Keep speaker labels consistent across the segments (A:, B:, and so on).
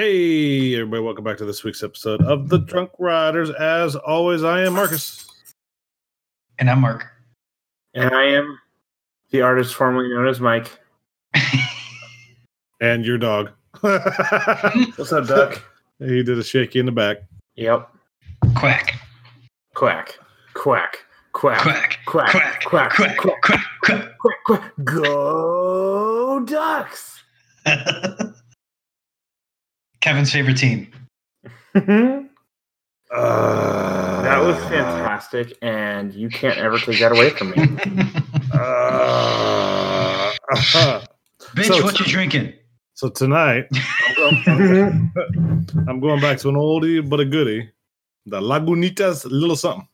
A: Hey, everybody, welcome back to this week's episode of The Drunk Riders. As always, I am Marcus.
B: And I'm Mark.
C: And I am the artist formerly known as Mike.
A: And your dog.
C: What's up, Duck?
A: he did a shaky in the back.
C: yep.
B: Quack,
C: Quack. Quack. Quack.
B: quack,
C: Quack.
B: quack, quack,
C: Quack. Quack.
B: quack, quack.
C: Quack. Quack. Go Ducks.
B: Kevin's favorite team.
C: that
A: Uh,
C: was fantastic, and you can't ever take that away from me.
B: Bitch,
A: Uh, So-
B: what you drinking?
A: so tonight, I'm going back to an oldie but a goodie. The Lagunitas Little Something.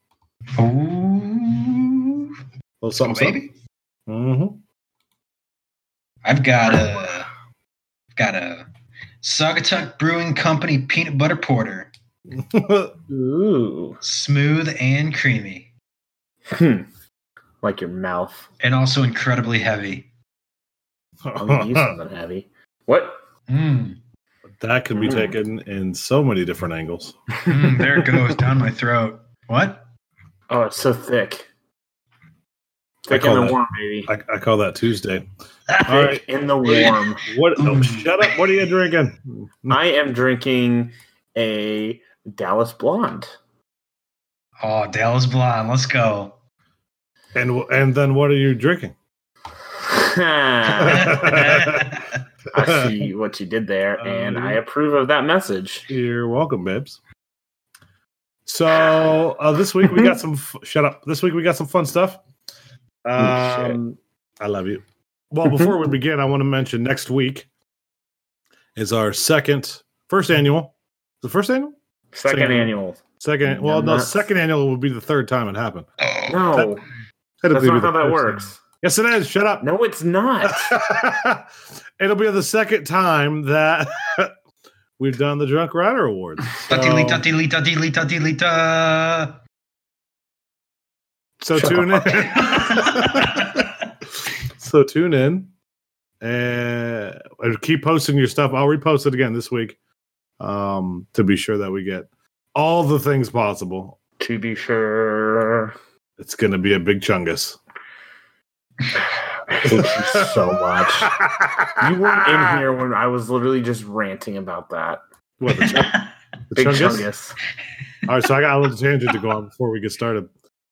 B: Ooh,
A: Little
B: oh,
A: something, something.
B: baby.
A: Mm-hmm.
B: I've got a got a Saugatuck Brewing Company peanut butter porter,
A: Mm-hmm.
C: Ooh.
B: smooth and creamy,
C: Hmm. like your mouth.
B: and also incredibly heavy.
C: I'm
B: Oh,
C: gonna Oh, use something heavy. What?
B: Mm,
A: that can be taken in so many different angles.
B: mm, there it goes down my throat. What?
C: Oh, it's so thick.
A: I
C: Thick
A: call
C: in the
A: that-
C: warm, baby.
A: I, I call that Tuesday.
C: Thick
A: All right.
C: in the
B: Yeah.
C: warm.
A: What? Oh,
B: Mm.
A: shut up. What are you drinking?
C: I am drinking a Dallas Blonde.
B: Oh, Dallas Blonde. Let's go.
A: And w- and then what are you drinking?
C: I see what you did
A: Um,
C: there, and I approve of that message.
A: You're welcome, babes. So uh, this week we got some. F- shut up. This week we got some fun stuff. Um, I love you. Well, before we begin, I want to mention next week is our second, first annual. The first annual,
C: Second
A: Second.
C: annual.
A: second. Well, no,
C: Nuts.
A: second annual would be the third time it happened.
C: No,
A: It'll
C: that's
A: be
C: not
A: the
C: how that
A: first
C: works.
A: annual. Yes, it is. Shut up.
C: No, it's not.
A: It'll be the second time that we've done the Drunk Rider Awards.
B: Tatilita, tilita, tilita, tilita.
A: So
C: Shut
A: tune in. so tune in and and keep posting your stuff. I'll repost it again this week um, to be sure that we get all the things possible.
C: to be sure.
A: It's going to be a big chungus.
C: I hate you so much. You weren't in here when I was literally just ranting about that.
A: What, the, chun- the
C: Big
A: chungus?
C: Chungus.
A: All right, so I got a little tangent to go on before we get started.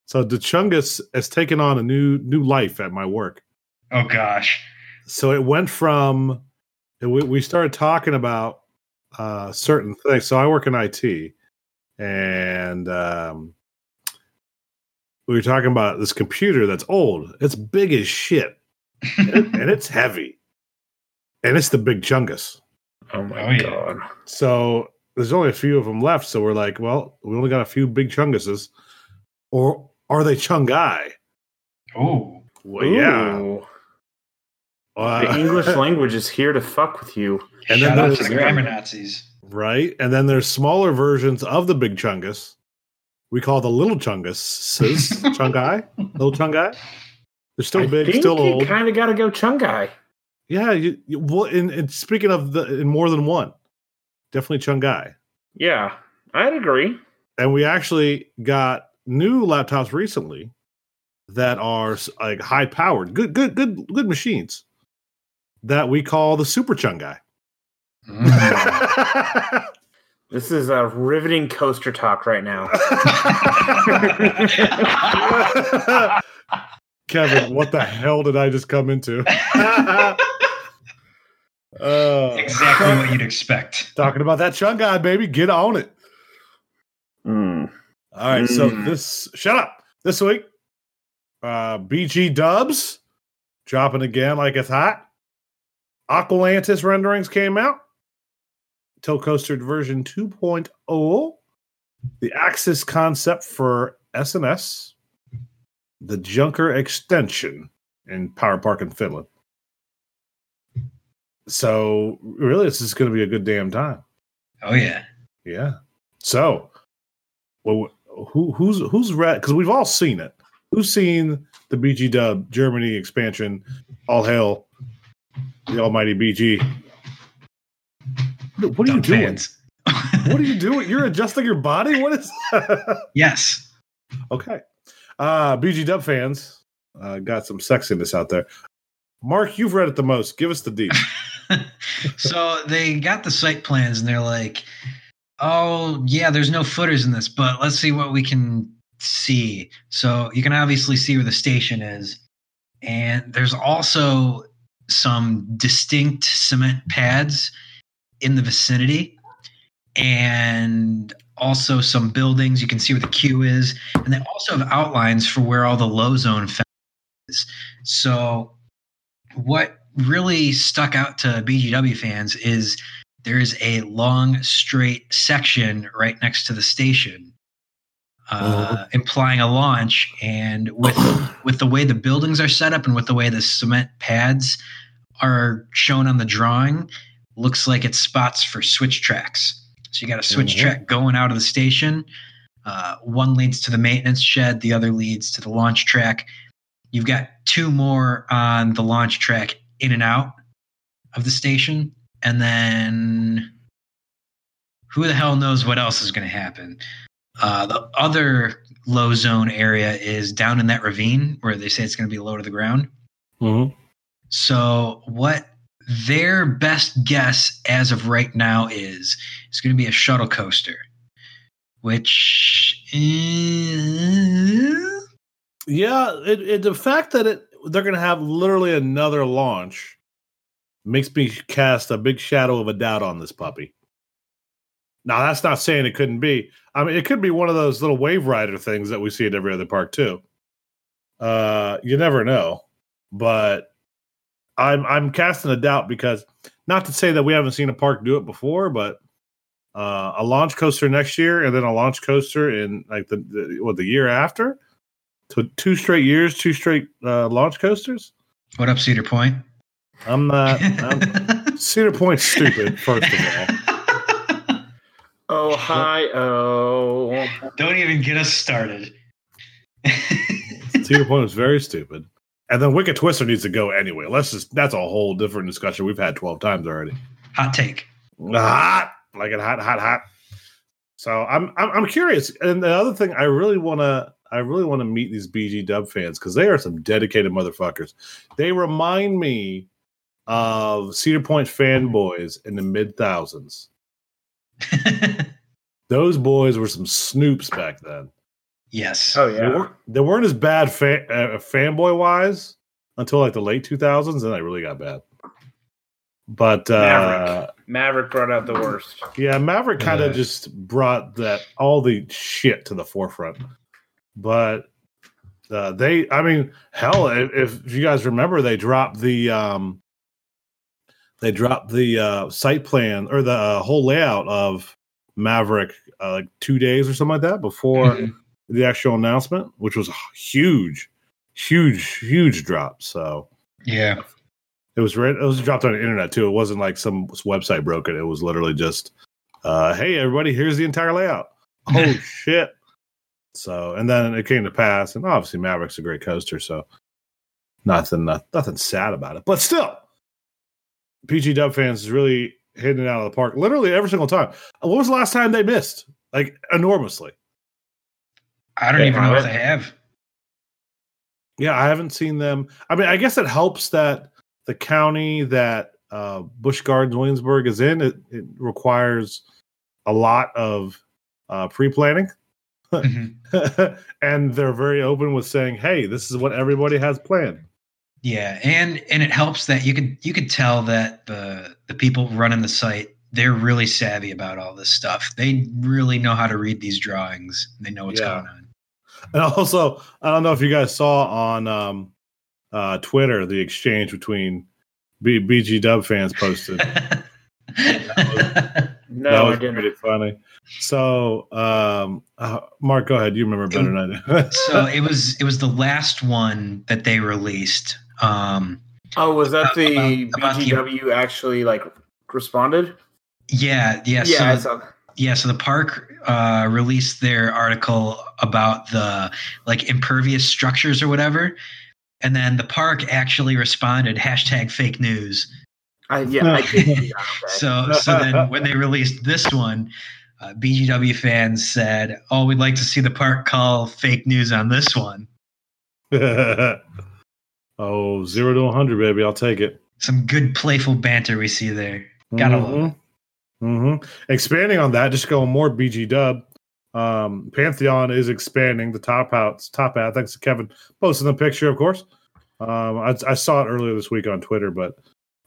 A: So the chungus has taken on a new new life at my work.
B: oh gosh.
A: so it went from we, we started talking about uh certain things so i work in it and um we were talking about this computer that's old it's big as shit and, it- and it's heavy and it's the big chungus
C: Oh my
B: Oh, yeah.
C: god.
A: so there's only a few of them left so we're like well we only got a few big chunguses or are they chungai
B: oh.
A: well yeah
C: Ooh.
A: Uh,
C: The English language is here to fuck with you.
A: And
B: And
A: then
B: Shout out
A: there's
B: to the
C: the-
B: grammar Nazis.
A: Right. And then there's smaller versions of the big chungus. We call the little chunguses. chungai. Little chungai. They're still
C: I
A: big,
C: think
A: still
C: you
A: old.
C: kind of got to go Chungai.
A: yeah. You, you, well, and, and speaking of the in more than one, definitely chungai.
C: Yeah, I'd agree.
A: And we actually got new laptops recently that are s- like high powered, good, good, good, good machines that we call the super chungai.
B: Mm.
C: This is a riveting coaster talk right now.
A: Kevin, what the hell did I just come into? Uh,
B: exactly what you'd expect.
A: talking about that chunk guy, baby. Get on it. Hmm. All right. So
C: Mm.
A: this shut up. This week, uh BG dubs dropping again like it's hot. Aqualantis renderings came out. Tilt Coaster version 2.0. The Axis concept for SNS. The Junker extension in Power Park in Finland. So really this is gonna be a good damn time.
B: Oh yeah.
A: Yeah. So, well, who who's who's read? Because we've all seen it. Who's seen the BG Dub Germany expansion? All hail the Almighty BG. What, what are you doing? what are you doing? You're adjusting your body? What is that?
B: yes.
A: Okay. Uh BG Dub fans uh, got some sexiness out there. Mark, you've read it the most. Give us the deep.
B: so they got the site plans and they're like, oh, yeah, there's no footers in this, but let's see what we can see. So you can obviously see where the station is. And there's also some distinct cement pads in the vicinity and also some buildings. You can see where the queue is. And they also have outlines for where all the low zone fence is. So what really stuck out to BGW fans is there is a long straight section right next to the station, uh, implying a launch. And with with the way the buildings are set up and with the way the cement pads are shown on the drawing, looks like it's spots for switch tracks. So you got a switch
A: Mhm.
B: track going out of the station. Uh, one leads to the maintenance shed, the other leads to the launch track. You've got two more on the launch track in and out of the station. And then who the hell knows what else is going to happen? Uh, the other low zone area is down in that ravine where they say it's going to be low to the ground.
A: Mm-hmm.
B: So, what their best guess as of right now is it's going to be a shuttle coaster, which. is-
A: Yeah, it, it the fact that it they're gonna have literally another launch makes me cast a big shadow of a doubt on this puppy. Now that's not saying it couldn't be. I mean, it could be one of those little wave rider things that we see at every other park too. Uh, you never know, but I'm I'm casting a doubt because not to say that we haven't seen a park do it before, but uh, a launch coaster next year and then a launch coaster in like the, the what the year after. So two straight years, two straight uh, launch coasters.
B: What up, Cedar Point?
A: I'm not. Uh, I'm, Cedar Point's stupid. First of all,
C: Ohio.
B: Don't even get us started.
A: Cedar Point is very stupid. And then Wicked Twister needs to go anyway. Let's just. That's a whole different discussion. We've had twelve times already.
B: Hot take.
A: Hot, like it hot, hot, hot. So I'm, I'm, I'm curious. And the other thing, I really want to, I really want to meet these BG Dub fans because they are some dedicated motherfuckers. They remind me of Cedar Point fanboys in the mid thousands. those boys were some snoops back then.
B: yes.
C: Oh
A: They,
C: yeah.
A: weren't, they weren't as bad fa- uh, fanboy wise until like the late 2000s, and they really got bad. But uh,
C: Maverick. Maverick brought out the worst.
A: yeah, Maverick kind of
B: Yeah.
A: just brought that all the shit to the forefront. But uh, they, I mean, hell, if, if you guys remember, they dropped the um, they dropped the uh, site plan or the uh, whole layout of Maverick uh, like two days or something like that before
B: Mhm.
A: the actual announcement, which was huge, huge, huge drop. So
B: Yeah.
A: it was re- it was dropped on the internet too. It wasn't like some website broke it. It was literally just, uh, hey everybody, here's the entire layout. Oh shit! So and then it came to pass, and obviously Maverick's a great coaster, so nothing not, nothing sad about it. But still, PG Dub fans is really hitting it out of the park, literally every single time. What was the last time they missed? Like enormously.
B: I don't
C: They
B: even know if
C: haven't.
B: they have.
A: Yeah, I haven't seen them. I mean, I guess it helps that the county that uh, Busch Gardens Williamsburg is in it, it requires a lot of uh, pre planning,
B: Mhm.
A: and they're very open with saying, "Hey, this is what everybody has planned."
B: Yeah, and and it helps that you could you could tell that the the people running the site they're really savvy about all this stuff. They really know how to read these drawings. They know what's
A: Yeah.
B: going on.
A: And also, I don't know if you guys saw on um, uh, Twitter the exchange between B- BG Dub fans posted.
C: No,
A: that
C: I
A: was
C: didn't.
A: pretty funny. So, um, uh, Mark, go ahead. You remember better than I do.
B: so it was it was the last one that they released. Um,
C: Oh, was that the
B: About- about the-
C: BGW actually like responded?
B: yeah, yeah. so
C: yeah, I saw that.
B: yeah so the park uh, released their article about the like impervious structures or whatever and then the park actually responded hashtag fake news
C: I, yeah, I did see that, okay.
B: So, so then when they released this one, uh, BGW fans said, "Oh, we'd like to see the park call fake news on this one."
A: oh, zero to 100, baby. I'll take it.
B: Some good playful banter we see there. Gotta love it.
A: hmm Expanding on that, just going more BG Dub. Um, Pantheon is expanding the top outs, top hat. Thanks to Kevin posting the picture, of course. Um, I, I saw it earlier this week on Twitter, but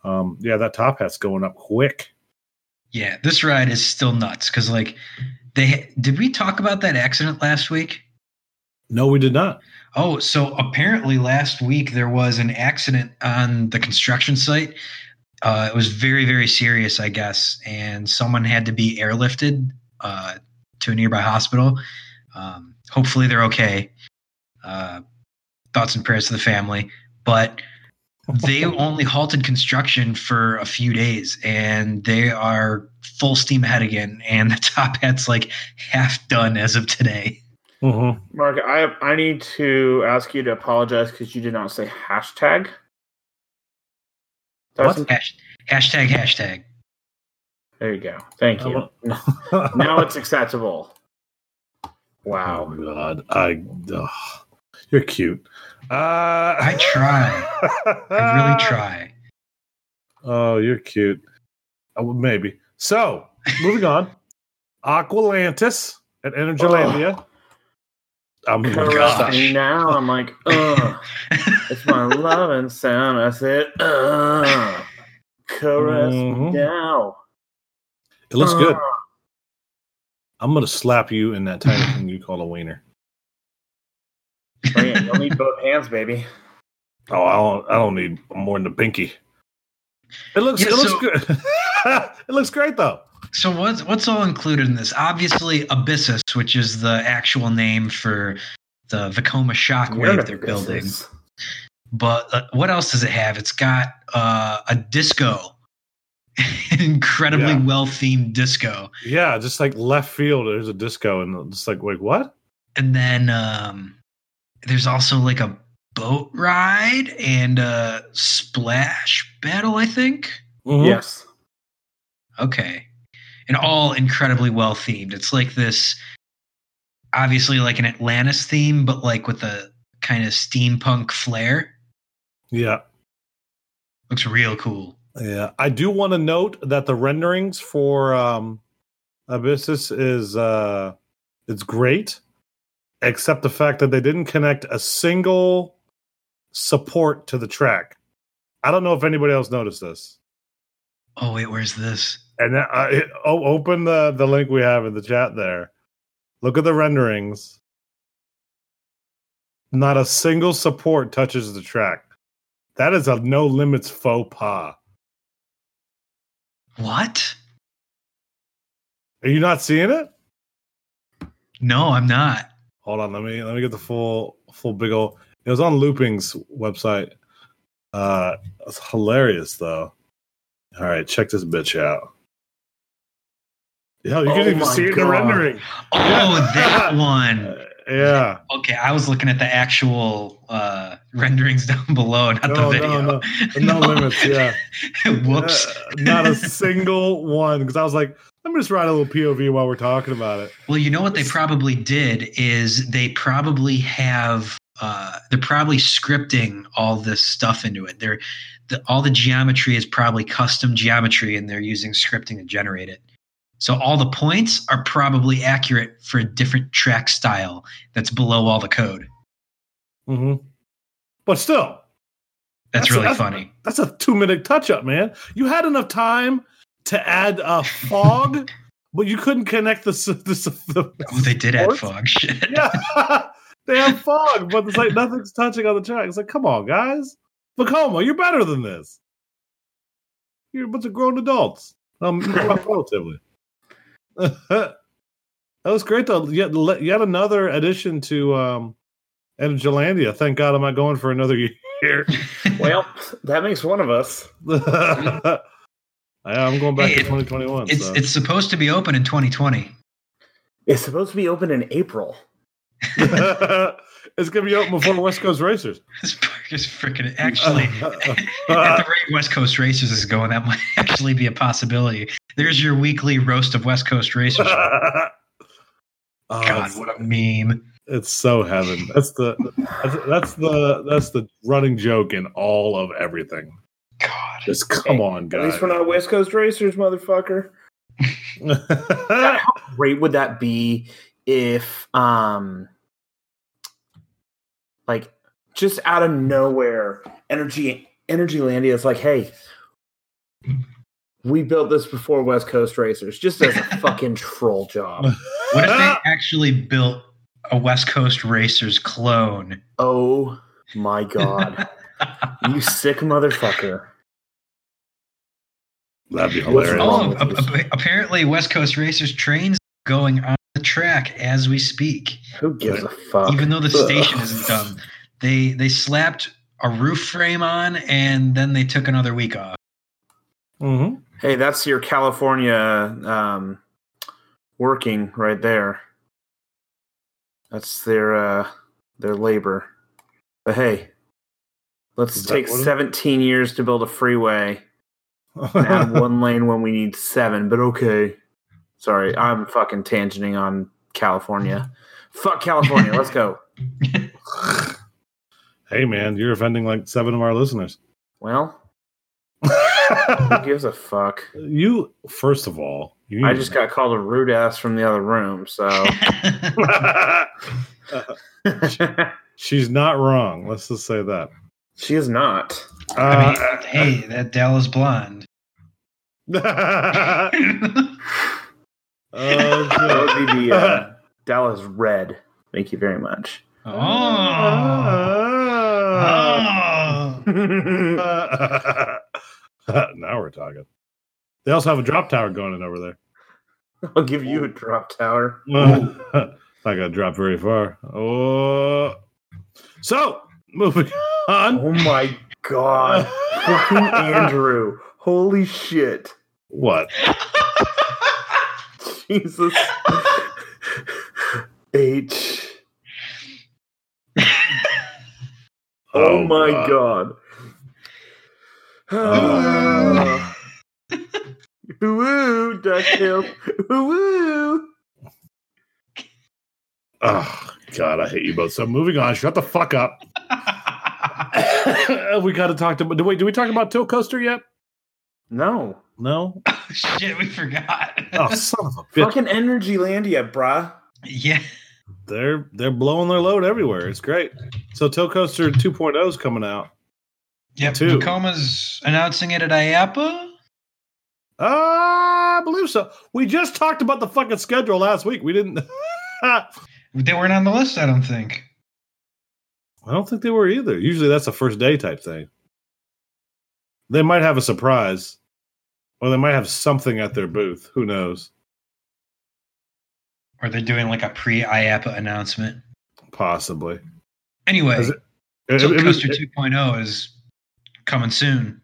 A: um, yeah, that top hat's going up quick.
B: Yeah, this ride is still nuts because like they did we talk about that accident last week?
A: No, we did not.
B: Oh, so apparently last week there was an accident on the construction site. Uh, it was very, very serious, I guess, and someone had to be airlifted uh, to a nearby hospital. Um, hopefully, they're okay. Uh, thoughts and prayers to the family. But they only halted construction for a few days, and they are full steam ahead again. And the top hat's like half done as of today.
A: Mhm.
C: Mark, I I need to ask you to apologize because you did not say hashtag. That's-
B: Hash, hashtag hashtag.
C: There you go. Thank you. now it's acceptable. Wow.
A: Mm-hmm. Oh God, I ugh. you're cute. Uh,
B: I try. I really try.
A: Oh, you're cute. Uh, well, maybe. So moving on, Aqualantis at
B: Oh.
A: Energylandia. Oh I'm
C: Correct.
B: gosh.
C: And Now I'm like, ugh. It's my love and sound. I said, ugh. Caress
A: Mhm.
C: me now.
A: It looks
C: Ugh.
A: good.
B: Uh.
A: I'm gonna slap you in that tiny thing you call a wiener.
C: Oh, yeah, You'll need both hands, baby.
A: Oh, I don't. I don't need more than a pinky. It looks.
B: Yeah,
A: it looks
B: so-
A: good. it looks great though.
B: So what's what's all included in this? Obviously, Abyssus, which is the actual name for the Vacoma shockwave they're building. But uh, what else does it have? It's got uh, a disco, an incredibly
A: Yeah.
B: well themed disco,
A: Yeah, just like left field. There's a disco, and it's like, wait, what?
B: and then um, there's also like a boat ride and a splash battle. I think.
A: Mm-hmm.
C: Yes.
B: Okay. And all incredibly well themed. It's like this obviously like an Atlantis theme, but like with a kind of steampunk flair.
A: Yeah,
B: Looks real cool.
A: yeah. I do want to note that the renderings for um Abyssus is uh it's great, except the fact that they didn't connect a single support to the track. I don't know if anybody else noticed this.
B: Oh wait, where's this?
A: And then I it, oh, open the the link we have in the chat there. Look at the renderings. Not a single support touches the track. That is a no limits faux pas.
B: What?
A: Are you not seeing it?
B: No, I'm not.
A: Hold on, let me let me get the full full big ol' It was on Looping's website. Uh, it's hilarious though. All right, check this bitch out. Hell, you
C: Oh
A: can even
C: my
A: see it in the
C: God.
A: rendering.
B: Oh, that one.
A: Uh, yeah.
B: Okay, I was looking at the actual uh renderings down below, not
A: No, no,
B: the video.
A: no. No limits, yeah.
B: Whoops.
A: Uh, not a single one. Because I was like, let me just write a little POV while we're talking about it.
B: Well, you know what they probably did is they probably have uh, they're probably scripting all this stuff into it. They're the, all the geometry is probably custom geometry, and they're using scripting to generate it. So all the points are probably accurate for a different track style that's below all the code.
A: Mm-hmm. But still,
B: That's,
A: That's-
B: really
A: that's-
B: funny.
A: that's a two minute touch up, man. You had enough time to add a fog, but you couldn't connect the. s- the, s- the
B: Oh, they did add
A: Sports?
B: fog shit.
A: yeah. they have fog, but it's like nothing's touching on the track. It's like, come on, guys. Vacoma, you're better than this. You're a bunch of grown adults. Um, relatively. that was great, though. Yet, yet another addition to um, Energylandia. Thank God I'm not going for another year.
C: Well, that makes one of us.
A: I, am going back
B: Hey,
A: to
B: it-
A: 2021.
B: It's
A: so.
B: it's supposed to be open in 2020.
C: It's supposed to be open in April.
A: It's gonna be open before West Coast Racers.
B: This park is freaking actually at the rate West Coast Racers is going, that might actually be a possibility. There's your weekly roast of West Coast Racers.
A: oh,
B: God,
A: it's,
B: what a meme.
A: it's so heaven. That's the that's, that's the that's the running joke in all of everything.
B: God.
A: Just come
C: Hey,
A: on,
C: At
A: guys.
C: least we're not West Coast racers, motherfucker. Great would that be if, um, like, just out of nowhere, energy Energylandia is like, hey, we built this before West Coast racers, just as a fucking troll job.
B: What if they actually built a West Coast Racers clone?
C: Oh my god, you sick motherfucker!
A: That'd be
C: What's
A: hilarious.
C: wrong?
B: Oh, ap- ap- apparently West Coast Racers trains going on the track as we speak.
C: Who gives a fuck?
B: Even though the station
C: Ugh.
B: isn't done, they they slapped a roof frame on and then they took another week off.
A: Mhm.
C: Hey, that's your California um, working right there. That's their uh, their labor. But hey, let's
A: Is that
C: take
A: what it-
C: 17 years to build a freeway
A: Mm-hmm.
C: and add one lane when we need seven. But okay, sorry, I'm fucking tangenting on California. Fuck California. let's go.
A: hey, man, you're offending like seven of our listeners.
C: Well, who gives a fuck?
A: you first of all, you
C: I just got called a rude ass from the other room, so.
A: She's not wrong. Let's just say that.
C: she is not.
B: I
A: Uh,
B: mean, hey, that Dallas blonde.
A: oh, Uh,
C: That would
A: shit.
C: be the uh, Dallas Red. Thank you very much.
B: oh. Oh.
C: That's
A: now we're talking. They also have a drop tower going in over there.
C: I'll give you a drop tower.
A: Not gonna drop very far. Oh, so moving on.
C: Oh my god. Fucking Andrew. Holy shit.
A: What?
C: Jesus. H. Oh, my god.
A: Oh.
C: Ooh, ooh, DuckTales. Ooh,
A: Oh God, I hate you both. So moving on. Shut the fuck up. we got to talk to. Wait, did we talk about Till Coaster yet?
C: No.
A: No.
B: Oh, shit, we forgot.
A: Oh son of a bitch.
C: Fucking Energy Landia, bruh.
B: Yeah.
A: They're they're blowing their load everywhere. It's great. So Till Coaster 2.0 is coming out.
B: Yep.
A: Two.
B: Tacoma's announcing it at IAPA.
A: Uh, I believe so. We just talked about the fucking schedule last week. We didn't. I
B: They weren't on the list, I don't think.
A: don't think they were either. Usually that's a first day type thing. They might have a surprise, or they might have something at their booth. Who knows?
B: Or they're doing like a pre IAPA announcement.
A: Possibly.
B: Anyway,
A: Is It-
B: Tilt
A: it- it-
B: Coaster 2.0 is coming soon.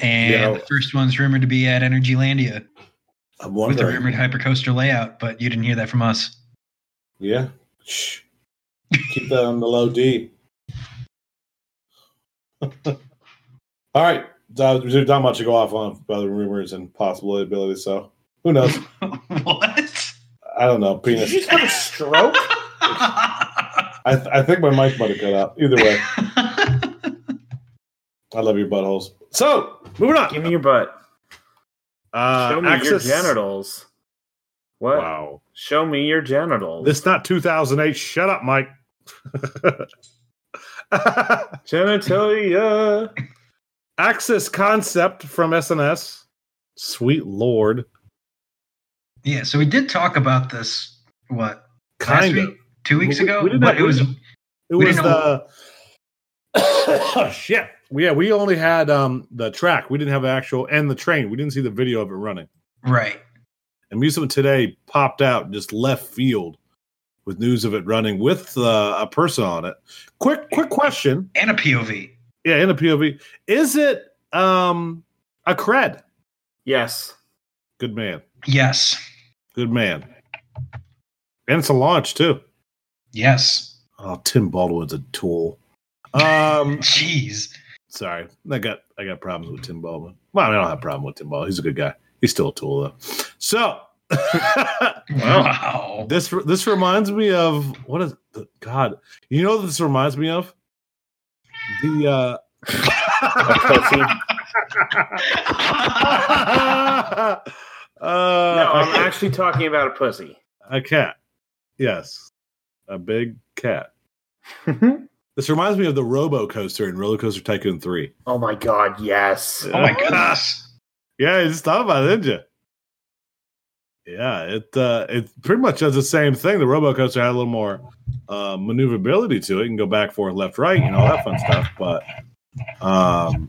B: And
A: Yeah.
B: the first one's rumored to be at Energylandia
A: I'm
B: with the
A: wondering.
B: rumored hypercoaster layout, but you didn't hear that from us.
A: Yeah. Shh. Keep that on the low D. All right. Uh, There's not much to go off on by the rumors and possibilities. So who knows?
B: what?
A: I don't know.
C: Did
A: Penis.
C: you just have a stroke?
A: I, th- I think my mic might have cut out. Either way, I love your buttholes. So moving on.
C: Give me your butt.
A: Uh,
C: Show me
A: Axis-
C: your genitals. What?
A: Wow.
C: Show me your genitals.
A: This not 2008. Shut up, Mike.
C: genitalia.
A: Axis concept from SNS. Sweet lord.
B: yeah, so we did talk about this, what, last
A: Kind of.
B: week? Two weeks
A: We-
B: ago?
A: we did
B: but
A: that-
B: it
A: we
B: was
A: did- It
B: We
A: was
B: didn't know-
A: the oh, shit. Yeah, we only had um the track. We didn't have the actual and the train. We didn't see the video of it running.
B: right.
A: And Museum today popped out just left field with news of it running with uh, a person on it. Quick, quick question.
B: And a POV.
A: Yeah, in a POV, is it um a cred?
C: Yes.
A: Good man,
B: Yes.
A: good man. And it's a launch too.
B: Yes.
A: Oh, Tim Baldwin's a tool. Um,
B: Jeez.
A: sorry, I got I got problems with Tim Baldwin. Well, I, mean, I don't have a problem with Tim Baldwin. He's a good guy. He's still a tool though. So
D: Wow.
B: Wow.
A: this this reminds me of what is God? You know what this reminds me of the. uh
C: A pussy.
A: uh,
C: no, I'm
A: I-
C: actually talking about a pussy.
A: a cat. Yes, a big cat. This reminds me of the Robo Coaster in Roller Coaster Tycoon Three.
C: oh my god, yes.
B: oh my goodness.
A: Yeah, you just thought about it, didn't you? Yeah, it uh, it pretty much does the same thing. The Robo Coaster had a little more uh, maneuverability to it. You can go back, forth, left, right, and all that fun stuff. But um,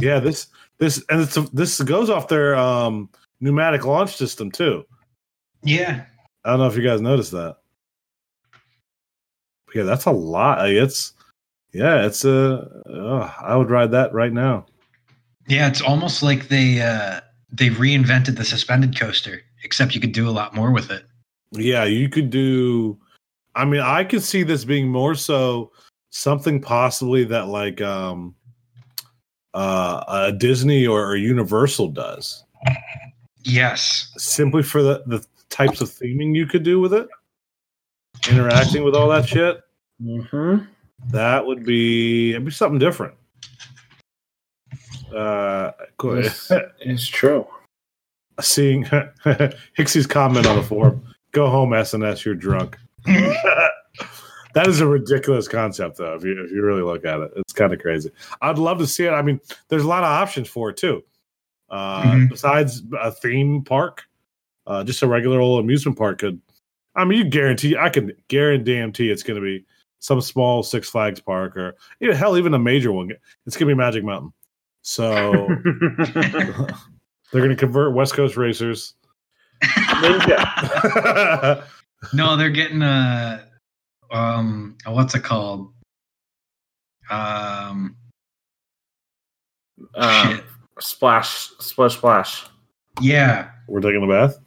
A: yeah, this this and it's, this goes off their um, pneumatic launch system too.
B: Yeah.
A: I don't know if you guys noticed that. But yeah, that's a lot. Like, it's yeah, it's a. Uh, I would ride that right now.
B: Yeah, it's almost like they uh they reinvented the suspended coaster, except you could do a lot more with it.
A: Yeah, you could do. I mean, I could see this being more so something possibly that like um uh, a Disney or, or Universal does
B: Yes.
A: simply for the the types of theming you could do with it, interacting with all that shit.
C: hmm
A: That would be it'd be something different. Uh, cool.
C: Yes. It's true.
A: Seeing Hixie's comment on the forum, go home, SNS, you're drunk. that is a ridiculous concept, though. If you if you really look at it, it's kind of crazy. I'd love to see it. I mean, there's a lot of options for it too. Uh,
B: Mhm.
A: Besides a theme park, uh, just a regular old amusement park could. I mean, you guarantee I can guarantee it's going to be some small Six Flags park or you know, hell, even a major one. It's going to be Magic Mountain. So they're going to convert West Coast racers.
C: Ninja.
B: No, they're getting a um a what's it called? Um
C: Um,
B: shit.
C: splash, splash, splash.
B: Yeah,
A: We're taking a bath.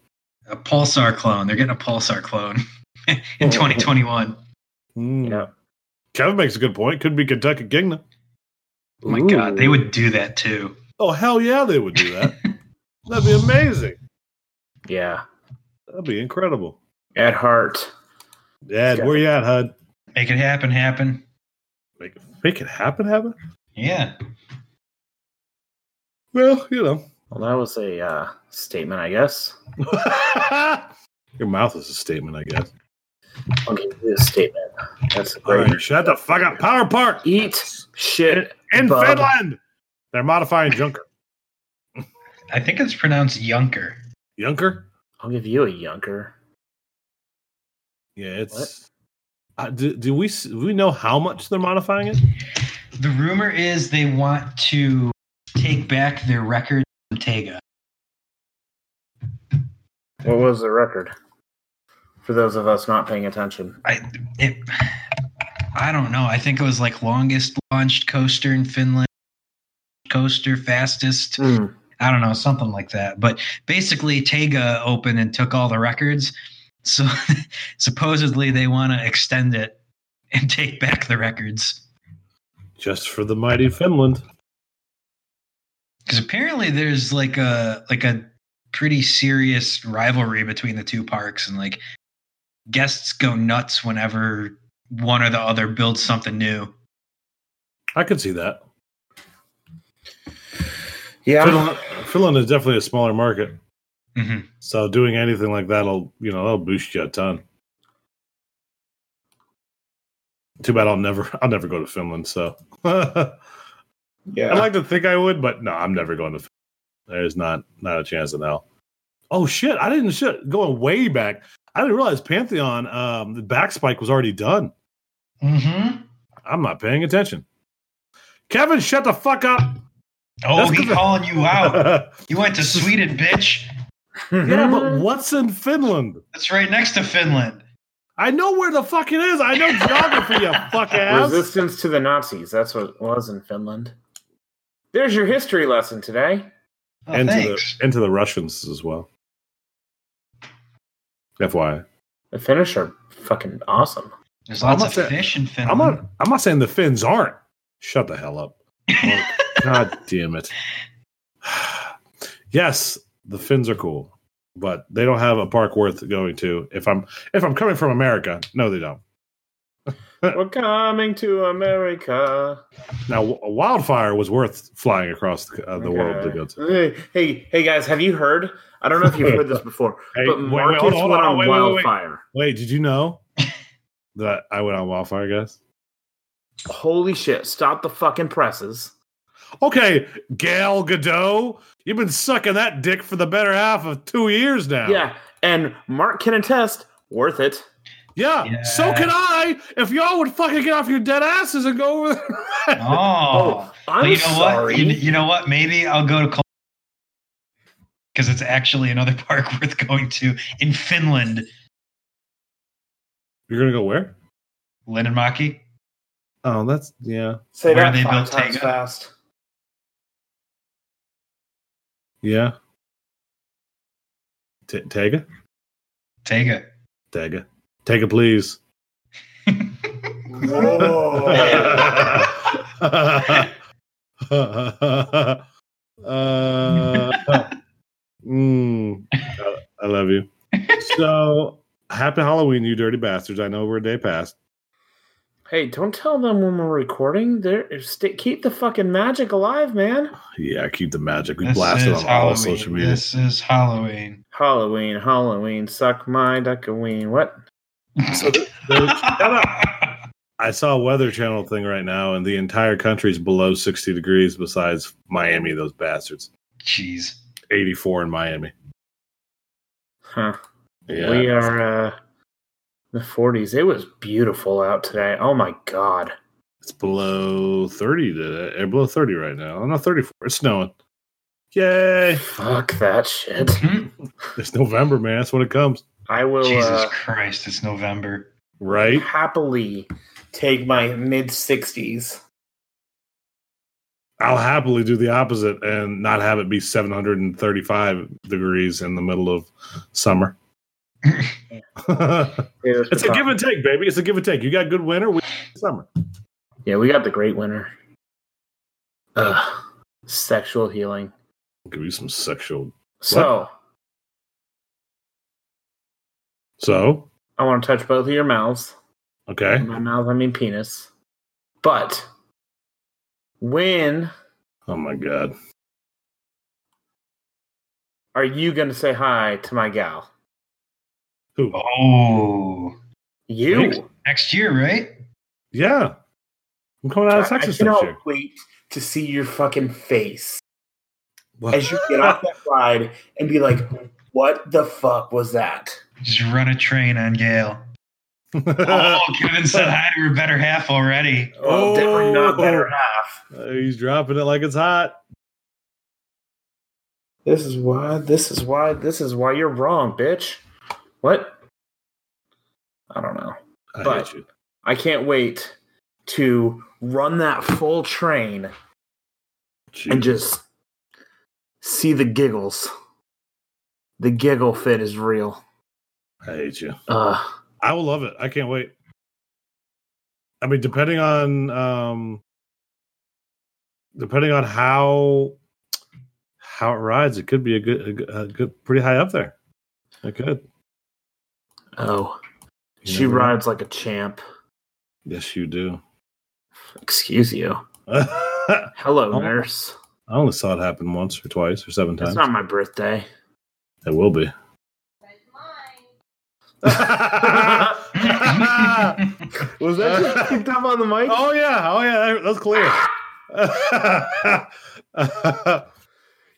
B: a pulsar clone. They're getting a pulsar clone in 2021.
A: Mm.
C: Yeah.
A: Kevin makes a good point. Could be Kentucky Kingdom.
B: Oh my god, they would do that too.
A: Oh hell yeah, they would do that. That'd be amazing.
C: Yeah.
A: That'd be incredible.
C: At heart.
A: Dad, where you at, Hud?
B: Make it happen, happen.
A: Make, make it happen, happen.
B: Yeah.
A: Well, you know,
C: Well, that was a uh, statement, I guess.
A: your mouth is a statement, I guess.
C: I'll give you a statement. That's a
A: All
C: great.
A: right, shut the fuck up. Power Park
C: Eat shit
A: in
C: Bub.
A: Finland. They're modifying Junker.
B: I think it's pronounced Yunker.
A: Junker?
C: I'll give you a yunker.
A: Yeah, it's. Uh, do, do we s- do we know how much they're modifying it?
B: The rumor is they want to take back their record from Tega.
C: What was the record? For those of us not paying attention.
B: I it, I don't know. I think it was like longest launched coaster in Finland, coaster fastest.
A: Hmm.
B: I don't know, something like that. But basically Tega opened and took all the records. So supposedly they want to extend it and take back the records.
A: Just for the mighty Finland.
B: because apparently there's like a like a pretty serious rivalry between the two parks and like guests go nuts whenever one or the other builds something new
A: I could see that.
C: Yeah.
A: Finland, Finland is definitely a smaller market,
B: hmm
A: so doing anything like that'll you know that'll boost you a ton. Too bad I'll never I'll never go to Finland. So I'd
C: Yeah.
A: like to think I would, but no, I'm never going to. Finland. There's not not a chance in hell. Oh shit! I didn't shit going way back. I didn't realize Pantheon um, the back spike was already done.
B: hmm
A: I'm not paying attention. Kevin, shut the fuck up.
B: oh
A: That's
B: he
A: good.
B: calling you out you went to sweden bitch
C: Mm-hmm.
A: yeah, but what's in Finland?
B: that's right next to finland
A: I know where the fuck it is. I know geography, you fuck ass.
C: Resistance to the Nazis. That's what it was in Finland. There's your history lesson today.
B: oh,
A: and, to the,
B: thanks
A: and to the Russians as well. FYI.
C: The Finnish are fucking awesome.
B: There's lots
A: not
B: of
A: saying-
B: fish in Finland.
A: I'm
C: Mm-hmm.
A: not. I'm not saying the Finns aren't. Shut the hell up. Like, God damn it. yes, the Finns are cool, but they don't have a park worth going to. If I'm if I'm coming from America, no, they don't.
C: We're coming to America.
A: Now, a wildfire was worth flying across the, uh, the world to
C: Okay.
A: go to.
C: Hey, hey, hey, guys, have you heard? I don't know if you've heard this before,
A: Hey,
C: but
A: wait, wait,
C: Marcus
A: hold on, hold on,
C: went on
A: wait, wait, wait.
C: wildfire.
A: Wait, did you know that I went on wildfire, guys?
C: Holy shit! Stop the fucking presses.
A: Okay, Gail Godot, you've been sucking that dick for the better half of two years now.
C: Yeah, and Mark can attest, worth it.
A: Yeah,
B: Yeah.
A: so can I. If y'all would fucking get off your dead asses and go over there.
B: Oh,
C: I'm
B: But you know
C: sorry.
B: what? You, you know what? Maybe I'll go to Col- because it's actually another park worth going to in Finland.
A: You're going to go where?
B: Linnanmaki.
A: Oh, that's, yeah.
C: Say
B: Where
C: that
B: they
C: five
B: built
C: times
B: Tega?
C: fast.
A: Yeah. T- Tega?
B: Take it.
A: Tega. Tega, please. uh, mm, I, I love you. So, happy Halloween, you dirty bastards. I know we're a day past.
C: Hey, don't tell them when we're recording. They're, st- keep the fucking magic alive, man.
A: Yeah, keep the magic. We
B: This
A: blasted
B: is
A: on all
B: Halloween.
A: social media.
B: This is Halloween.
C: Halloween, Halloween, suck my duckaween. What?
A: So th- there- I saw a Weather Channel thing right now, and the entire country's below 60 degrees besides Miami, those bastards.
B: Jeez.
A: 84 in Miami.
C: Huh.
A: Yeah.
C: We are uh, the 40s. It was beautiful out today. Oh my god.
A: It's below 30 today. eh, Below 30 right now. Oh, no, 34. It's snowing. Yay.
C: Fuck that shit.
B: Hmm?
A: It's November, man. That's when it comes.
C: I will
B: Jesus
C: uh,
B: Christ! It's November.
A: Right?
C: happily take my mid 60s.
A: I'll happily do the opposite and not have it be 735 degrees in the middle of summer. it's a give and take, baby. It's a give and take. You got good winter, we summer.
C: Yeah, we got the great winner. Ugh. Sexual healing.
A: Give you some sexual.
C: So,
A: So,
C: I want to touch both of your mouths.
A: okay.
C: My mouth, I mean penis. But when
A: Oh my God.
C: are you going to say hi to my gal?
A: Who?
B: Oh,
A: Thanks.
C: You.
B: next year, right?
A: Yeah. I'm coming out of Texas
C: I
A: next
C: cannot
A: year.
C: wait to see your fucking face
A: What?
C: as you get off that ride and be like, "What the fuck was that?"
B: Just run a train on Gale. Oh, Kevin said hi to her better half already.
A: Oh.
C: definitely not better half.
A: Uh, He's dropping it like it's hot.
C: This is why. This is why. This is why you're wrong, bitch. What? I don't know.
A: I
C: But-
A: hate you.
C: I can't wait to run that full train
A: Jesus.
C: and just see the giggles. The giggle fit is real.
A: I hate you.
C: Uh,
A: I will love it. I can't wait. I mean, depending on um depending on how how it rides, it could be a good a good, a good pretty high up there. It could.
C: oh,
A: You
C: she
A: never know.
C: rides like a champ.
A: Yes, you do.
C: Excuse you.
A: I
C: Hello,
A: Oh.
C: nurse.
A: only saw it happen once or twice or seven
C: That's
A: times.
C: not my birthday.
A: it will be.
C: Was
A: that just
C: picked up on the mic?
A: Oh yeah, oh yeah, that- that's clear.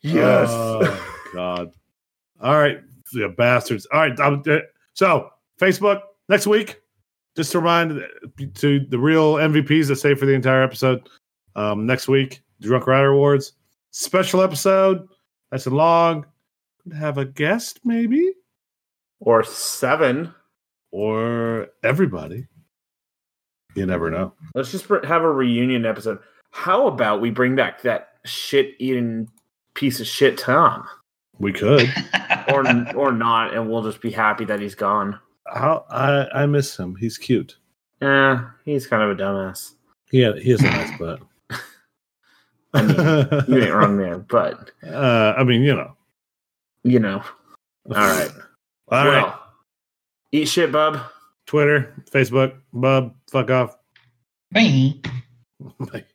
C: Yes.
A: Oh, God. All right, you bastards. All right, I'm- uh, so Facebook next week. Just a reminder that- to the real MVPs that stay for the entire episode. Um, next week, Drunk Rider Awards special episode. Nice and long. Could have a guest maybe
C: or seven.
A: or everybody. You never know.
C: Let's just br- have a reunion episode. How about we bring back that shit eating piece of shit Tom,
A: We could.
C: or or not, and we'll just be happy that he's gone.
A: How I I miss him. He's cute.
C: Yeah, Eh, he's kind of a dumbass.
A: Yeah, he is a nice butt.
C: I mean, you ain't wrong there, but
A: Uh, I mean, you know.
C: you know. All right.
A: All right.
C: Eat shit, bub.
A: Twitter, Facebook, Bub, fuck off.
B: Bye.
A: Bye.